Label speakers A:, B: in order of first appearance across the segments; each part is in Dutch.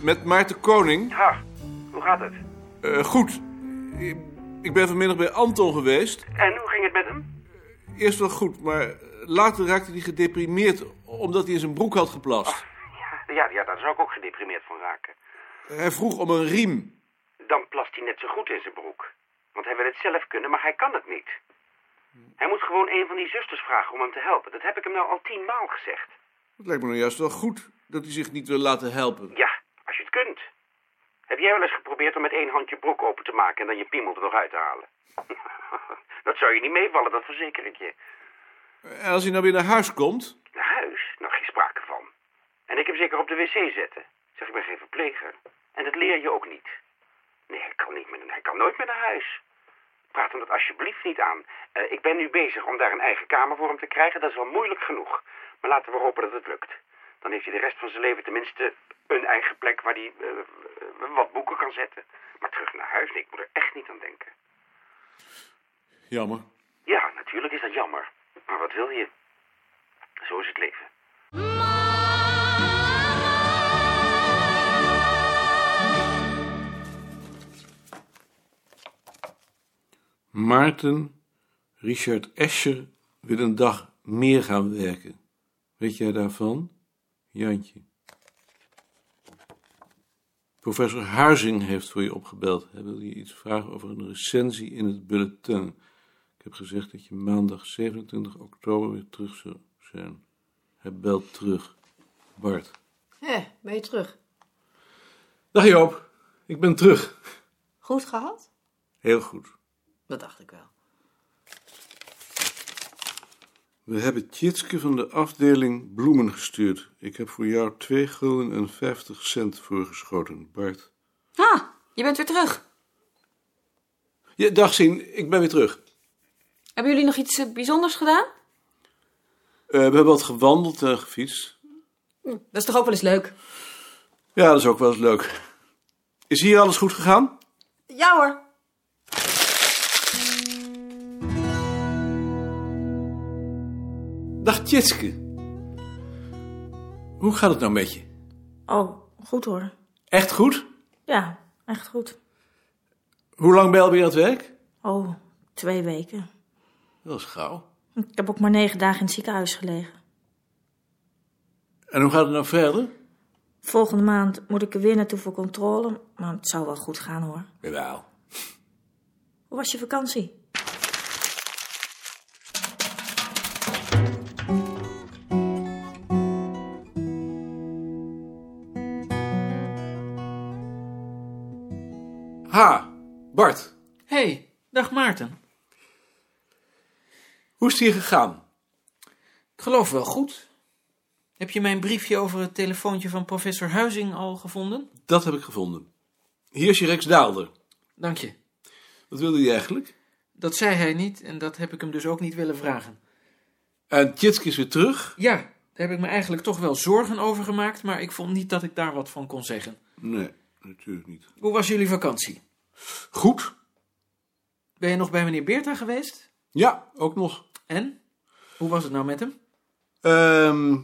A: met Maarten Koning.
B: Ha, hoe gaat het?
A: Eh, goed. Ik- Ik ben vanmiddag bij Anton geweest.
B: En hoe ging het met hem?
A: Eerst wel goed, maar later raakte hij gedeprimeerd omdat hij in zijn broek had geplast.
B: Ja, ja, ja, daar zou ik ook gedeprimeerd van raken.
A: Hij vroeg om een riem.
B: Dan plast hij net zo goed in zijn broek. Want hij wil het zelf kunnen, maar hij kan het niet. Hij moet gewoon een van die zusters vragen om hem te helpen. Dat heb ik hem nou al tien maal gezegd.
A: Het lijkt me nou juist wel goed dat hij zich niet wil laten helpen.
B: Ja, als je het kunt. Heb jij wel eens geprobeerd om met één hand je broek open te maken en dan je piemel er nog uit te halen? dat zou je niet meevallen, dat verzeker ik je.
A: En als hij nou weer naar huis komt,
B: Naar huis? Nou, geen sprake van. En ik heb zeker op de wc zetten. Zeg, ik ben geen verpleger. En dat leer je ook niet. Nee, hij kan, niet meer, hij kan nooit meer naar huis. Praat hem dat alsjeblieft niet aan. Eh, ik ben nu bezig om daar een eigen kamer voor hem te krijgen. Dat is wel moeilijk genoeg. Maar laten we hopen dat het lukt. Dan heeft hij de rest van zijn leven tenminste een eigen plek waar hij eh, eh, wat boeken kan zetten. Maar terug naar huis, nee, ik moet er echt niet aan denken.
A: jammer.
B: Ja, natuurlijk is dat jammer. Maar wat wil je? Zo is het leven.
A: Maarten, Richard Escher wil een dag meer gaan werken. Weet jij daarvan? Jantje. Professor Huizing heeft voor je opgebeld. Hij wil je iets vragen over een recensie in het bulletin. Ik heb gezegd dat je maandag 27 oktober weer terug zou zijn. Hij belt terug. Bart.
C: Hé, ben je terug?
A: Dag Joop, ik ben terug.
C: Goed gehad?
A: Heel goed.
C: Dat dacht ik wel.
A: We hebben Tjitske van de afdeling bloemen gestuurd. Ik heb voor jou 2 gulden en 50 cent voorgeschoten, Bart.
D: Ah, je bent weer terug.
A: Ja, dag Sien, ik ben weer terug.
D: Hebben jullie nog iets eh, bijzonders gedaan?
A: Eh, we hebben wat gewandeld en gefietst.
D: Dat is toch ook wel eens leuk?
A: Ja, dat is ook wel eens leuk. Is hier alles goed gegaan?
C: Ja hoor.
A: Dag Tjitske. Hoe gaat het nou met je?
E: Oh, goed hoor.
A: Echt goed?
E: Ja, echt goed.
A: Hoe lang ben je alweer aan het werk?
E: Oh, twee weken.
A: Dat is gauw.
E: Ik heb ook maar negen dagen in het ziekenhuis gelegen.
A: En hoe gaat het nou verder?
E: Volgende maand moet ik er weer naartoe voor controle, maar het zou wel goed gaan hoor.
A: Jawel.
E: Hoe was je vakantie?
A: Ha, Bart.
F: hey, dag Maarten.
A: Hoe is het hier gegaan?
F: Ik geloof wel goed. Heb je mijn briefje over het telefoontje van professor Huizing al gevonden?
A: Dat heb ik gevonden. Hier is je Rex Daalder.
F: Dank je.
A: Wat wilde hij eigenlijk?
F: Dat zei hij niet en dat heb ik hem dus ook niet willen vragen.
A: En Tjitske is weer terug?
F: Ja, daar heb ik me eigenlijk toch wel zorgen over gemaakt, maar ik vond niet dat ik daar wat van kon zeggen.
A: Nee, natuurlijk niet.
F: Hoe was jullie vakantie?
A: Goed?
F: Ben je nog bij meneer Beerta geweest?
A: Ja, ook nog.
F: En? Hoe was het nou met hem?
A: Ehm,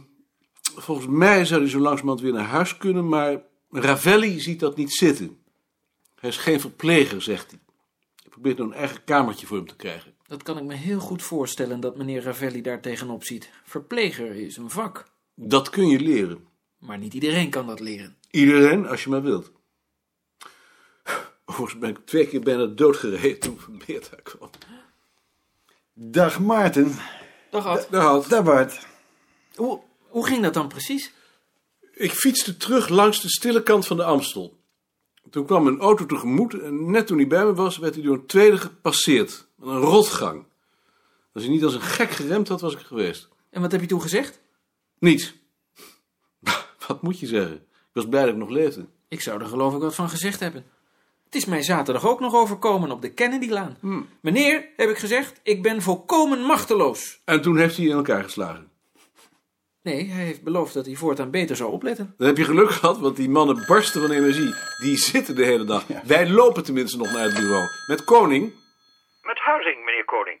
A: volgens mij zou hij zo langzamerhand weer naar huis kunnen, maar Ravelli ziet dat niet zitten. Hij is geen verpleger, zegt hij. Hij probeert nog een eigen kamertje voor hem te krijgen.
F: Dat kan ik me heel goed voorstellen dat meneer Ravelli daar tegenop ziet. Verpleger is een vak,
A: Dat kun je leren.
F: maar niet iedereen kan dat leren.
A: Iedereen, als je maar wilt. Overigens ben ik twee keer bijna doodgereden toen Van Beerta kwam.
G: Dag Maarten.
F: Dag Ad.
A: Nou, Hans,
G: Dag Bart.
F: Eh, Hoe, hoe ging dat dan precies?
A: Ik fietste terug langs de stille kant van de Amstel. Toen kwam een auto tegemoet en net toen hij bij me was, werd hij door een tweede gepasseerd. Met een rotgang. Als hij niet als een gek geremd had, was ik er geweest.
F: En wat heb je toen gezegd?
A: Niets. Wat moet je zeggen? Ik was blij dat ik nog leefde.
F: Ik zou er geloof ik wat van gezegd hebben. Het is mij zaterdag ook nog overkomen op de Kennedylaan. Meneer, heb ik gezegd, ik ben volkomen machteloos.
A: En toen heeft hij in elkaar geslagen.
F: Nee, hij heeft beloofd dat hij voortaan beter zou opletten.
A: Dan heb je geluk gehad, want die mannen barsten van energie. Die zitten de hele dag. Wij lopen tenminste nog naar het bureau. Met Koning.
B: Met huizing, meneer Koning.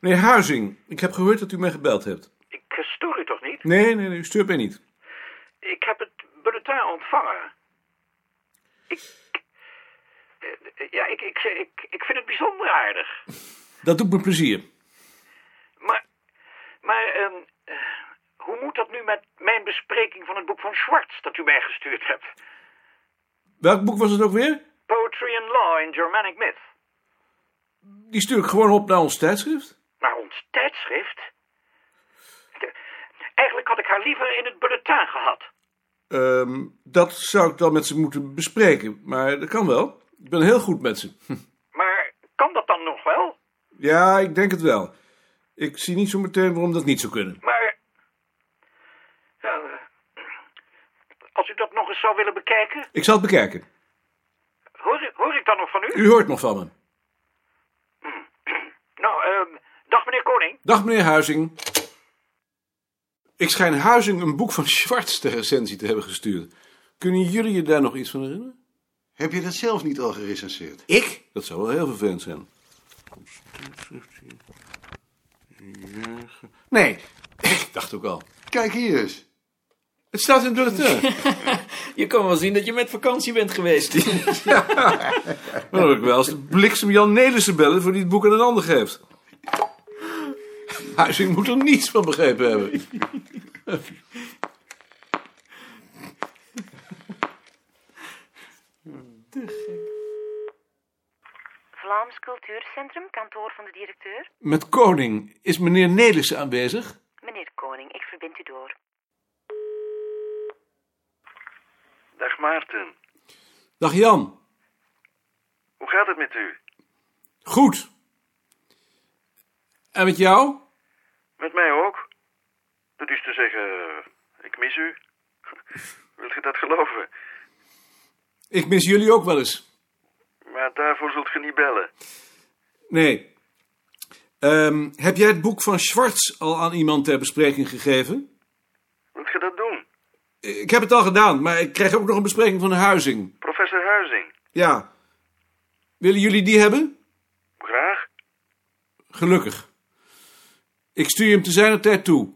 A: Meneer Huizing, ik heb gehoord dat u mij gebeld hebt.
B: Ik eh, stoor u toch niet?
A: Nee, nee, nee, u stuurt mij niet.
B: Ik heb het bulletin ontvangen. Eh, Ja, ik, ik, ik, ik vind het bijzonder aardig.
A: Dat doet me plezier.
B: Maar, maar ehm, eh, hoe moet dat nu met mijn bespreking van het boek van Schwartz dat u mij gestuurd hebt?
A: Welk boek was het ook weer?
B: Poetry and Law in Germanic Myth.
A: Die stuur ik gewoon op naar ons tijdschrift.
B: Maar ons tijdschrift? De- Eigenlijk had ik haar liever in het bulletin gehad.
A: Ehm, dat zou ik dan met ze moeten bespreken, maar dat kan wel. Ik ben heel goed met ze.
B: Maar kan dat dan nog wel?
A: Ja, ik denk het wel. Ik zie niet zo meteen waarom dat niet zou kunnen.
B: Maar. Ja, eh, als u dat nog eens zou willen bekijken,
A: Ik zal het bekijken.
B: hoor, hoor ik dan nog van u?
A: U hoort nog van me.
B: Nou, ehm, dag meneer Koning.
A: Dag meneer Huizing. Ik schijn Huizing een boek van Schwartz ter recensie te hebben gestuurd. Kunnen jullie je daar nog iets van herinneren?
G: Heb je dat zelf niet al gerecenseerd?
A: Ik? Dat zou wel heel vervelend zijn. Ons tijdschrift hier. Een jager. Nee, ik dacht ook al.
G: Kijk hier eens.
A: Het staat in bulletin.
F: Je kan wel zien dat je met vakantie bent geweest.
A: Dan wil ik wel eens de bliksem Jan Nelissen bellen voor die het boek aan een ander geeft. Huizing Ah, dus moet er niets van begrepen hebben.
H: Vlaams Cultuurcentrum, kantoor van de directeur.
A: Met Koning is meneer Nelissen aanwezig.
H: Meneer Koning, ik verbind u door.
B: Dag Maarten.
A: Dag Jan.
B: Hoe gaat het met u?
A: Goed. En met jou?
B: Met mij ook. Dat is te zeggen, ik mis u. Wilt u dat geloven?
A: Ik mis jullie ook wel eens.
B: Maar daarvoor zult u niet bellen.
A: Nee. Ehm, heb jij het boek van Schwartz al aan iemand ter bespreking gegeven?
B: Wilt u dat doen?
A: Ik heb het al gedaan, maar ik krijg ook nog een bespreking van Huizing.
B: Professor Huizing.
A: Ja. Willen jullie die hebben?
B: Graag.
A: Gelukkig. Ik stuur je hem te zijner tijd toe.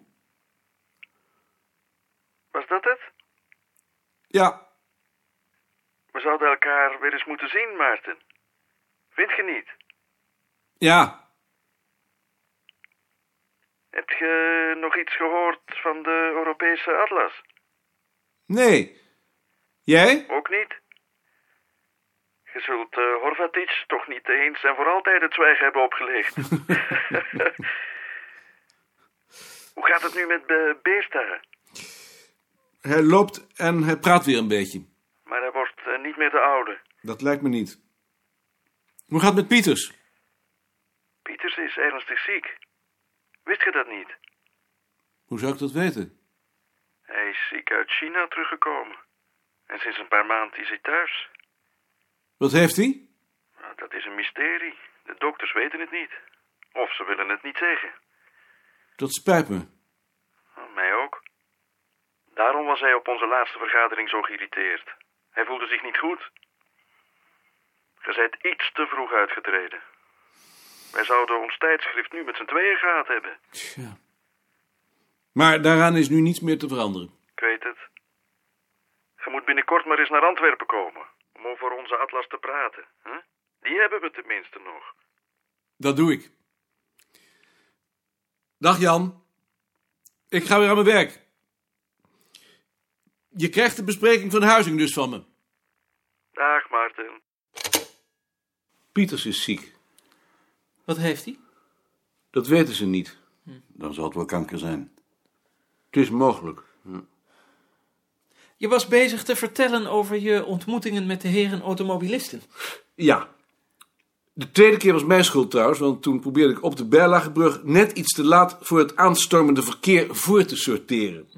B: Was dat het?
A: Ja,
B: We zouden elkaar weer eens moeten zien, Maarten. Vind je niet?
A: ja.
B: Heb je nog iets gehoord van de Europese atlas?
A: Nee. Jij?
B: Ook niet? Je zult eh, Horvatic toch niet eens en voor altijd het zwijgen hebben opgelegd. Hoe gaat het nu met eh, Be- Beerta?
A: Hij loopt en hij praat weer een beetje.
B: Maar hij wordt eh, niet meer de oude.
A: Dat lijkt me niet. Hoe gaat het met Pieters?
B: Pieters is ernstig ziek. Wist je dat niet?
A: Hoe zou ik dat weten?
B: Hij is ziek uit China teruggekomen. En sinds een paar maanden is hij thuis.
A: Wat heeft hij?
B: Nou, dat is een mysterie. De dokters weten het niet. Of ze willen het niet zeggen.
A: Dat spijt me.
B: Nou, Mij ook. Daarom was hij op onze laatste vergadering zo geïrriteerd. Hij voelde zich niet goed. Je zijt iets te vroeg uitgetreden. Wij zouden ons tijdschrift nu met z'n tweeën gehad hebben.
A: Tja. Maar daaraan is nu niets meer te veranderen.
B: Ik weet het. Je moet binnenkort maar eens naar Antwerpen komen. Om over onze atlas te praten. Hè? Die hebben we tenminste nog.
A: Dat doe ik. Dag Jan. Ik ga weer aan mijn werk. Je krijgt de bespreking van Huizing dus van me.
B: Dag Maarten.
A: Pieters is ziek.
F: Wat heeft hij?
A: Dat weten ze niet.
G: Dan zal het wel kanker zijn.
A: Het is mogelijk.
F: Je was bezig te vertellen over je ontmoetingen met de heren automobilisten.
A: Ja. De tweede keer was mijn schuld trouwens, want toen probeerde ik op de Berlagebrug net iets te laat voor het aanstormende verkeer voor te sorteren.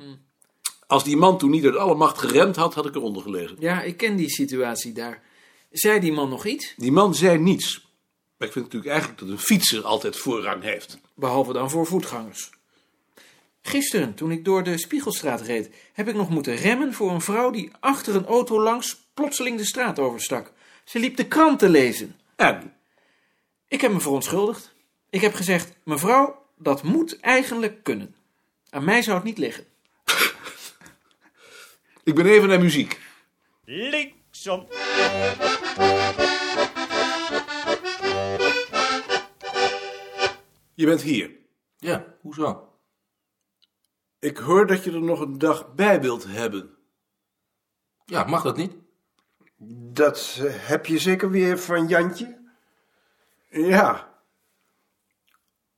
A: Als die man toen niet uit alle macht geremd had, had ik eronder gelegen.
F: Ja, ik ken die situatie daar. Zei die man nog iets?
A: Die man zei niets. Maar ik vind natuurlijk eigenlijk dat een fietser altijd voorrang heeft.
F: Behalve dan voor voetgangers. Gisteren, toen ik door de Spiegelstraat reed, heb ik nog moeten remmen voor een vrouw die achter een auto langs plotseling de straat overstak. Ze liep de krant te lezen.
A: En?
F: Ik heb me verontschuldigd. Ik heb gezegd: Mevrouw, dat moet eigenlijk kunnen. Aan mij zou het niet liggen.
A: Ik ben even naar muziek.
I: Links Som...
A: Je bent hier.
J: Ja, hoezo?
A: Ik hoor dat je er nog een dag bij wilt hebben.
J: Ja, mag dat niet?
K: Dat eh, heb je zeker weer van Jantje?
A: Ja.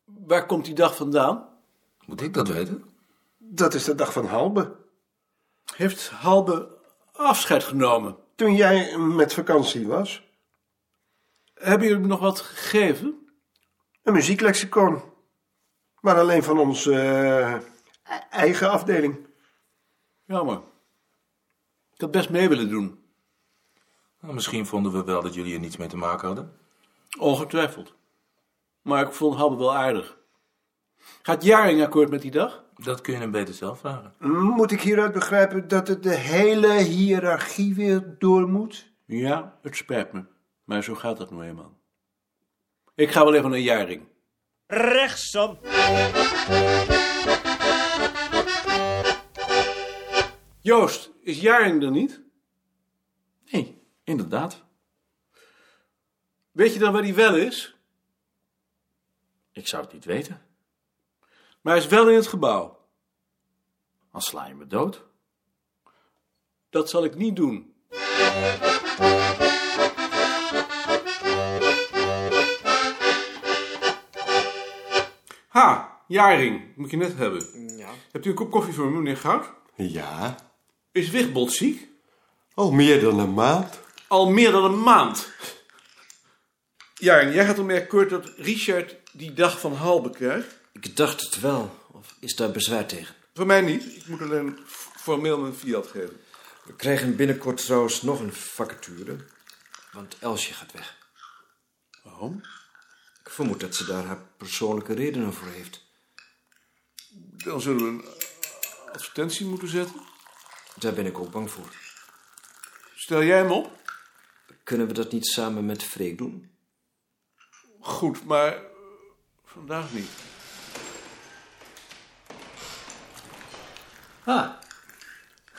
A: Waar komt die dag vandaan?
J: Moet ik dat weten?
K: Dat is de dag van Halbe.
A: Heeft Halbe afscheid genomen?
K: Toen jij met vakantie was.
A: Hebben jullie me nog wat gegeven?
K: Een muzieklexicon. Maar alleen van onze eh, e- eigen afdeling.
A: Jammer. Ik had best mee willen doen.
J: Nou, misschien vonden we wel dat jullie er niets mee te maken hadden.
A: Ongetwijfeld. Maar ik vond Halbe wel aardig. Gaat Jaring akkoord met die dag?
J: Dat kun je hem beter zelf vragen.
K: Moet ik hieruit begrijpen dat het de hele hiërarchie weer door moet?
A: Ja, het spijt me. Maar zo gaat dat nou eenmaal. Ik ga wel even naar Jaring.
I: Rechtsom.
A: Joost, is Jaring er niet?
J: Nee, inderdaad.
A: Weet je dan waar hij wel is?
J: Ik zou het niet weten.
A: Maar hij is wel in het gebouw.
J: Dan sla je me dood.
A: Dat zal ik niet doen. Ha, Jaring, moet je net hebben.
F: Ja.
A: Hebt u een kop koffie voor me, meneer Goud?
K: Ja.
A: Is Wigbold ziek?
K: Al meer dan een maand.
A: Al meer dan een maand. Jaring, jij gaat ermee akkoord dat Richard die dag van Halbe krijgt?
L: Ik dacht het wel. Of is daar bezwaar tegen?
A: Voor mij niet. Ik moet alleen formeel mijn fiat geven.
L: We krijgen binnenkort trouwens nog een vacature. Want Elsje gaat weg.
A: Waarom?
L: Ik vermoed dat ze daar haar persoonlijke redenen voor heeft.
A: Dan zullen we een advertentie moeten zetten.
L: Daar ben ik ook bang voor.
A: Stel jij hem op?
L: Kunnen we dat niet samen met Freek doen?
A: Goed, maar eh, vandaag niet.
I: Ah,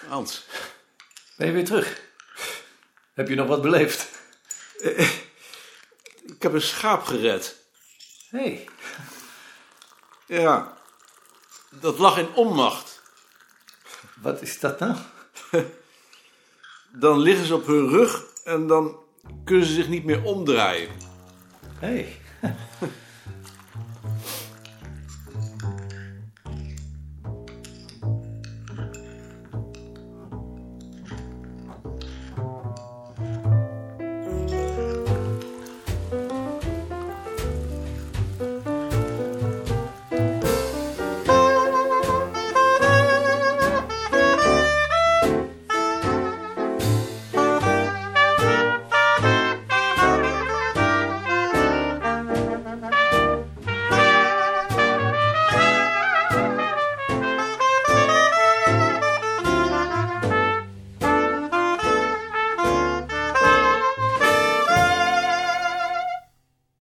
A: Hans.
I: ben je weer terug? Heb je nog wat beleefd?
A: Eh, Ik heb een schaap gered.
I: Hé, hey,
A: Ja. Dat lag in onmacht.
I: wat is dat nou?
A: Dan liggen ze op hun rug en dan kunnen ze zich niet meer omdraaien.
I: Hé, hey.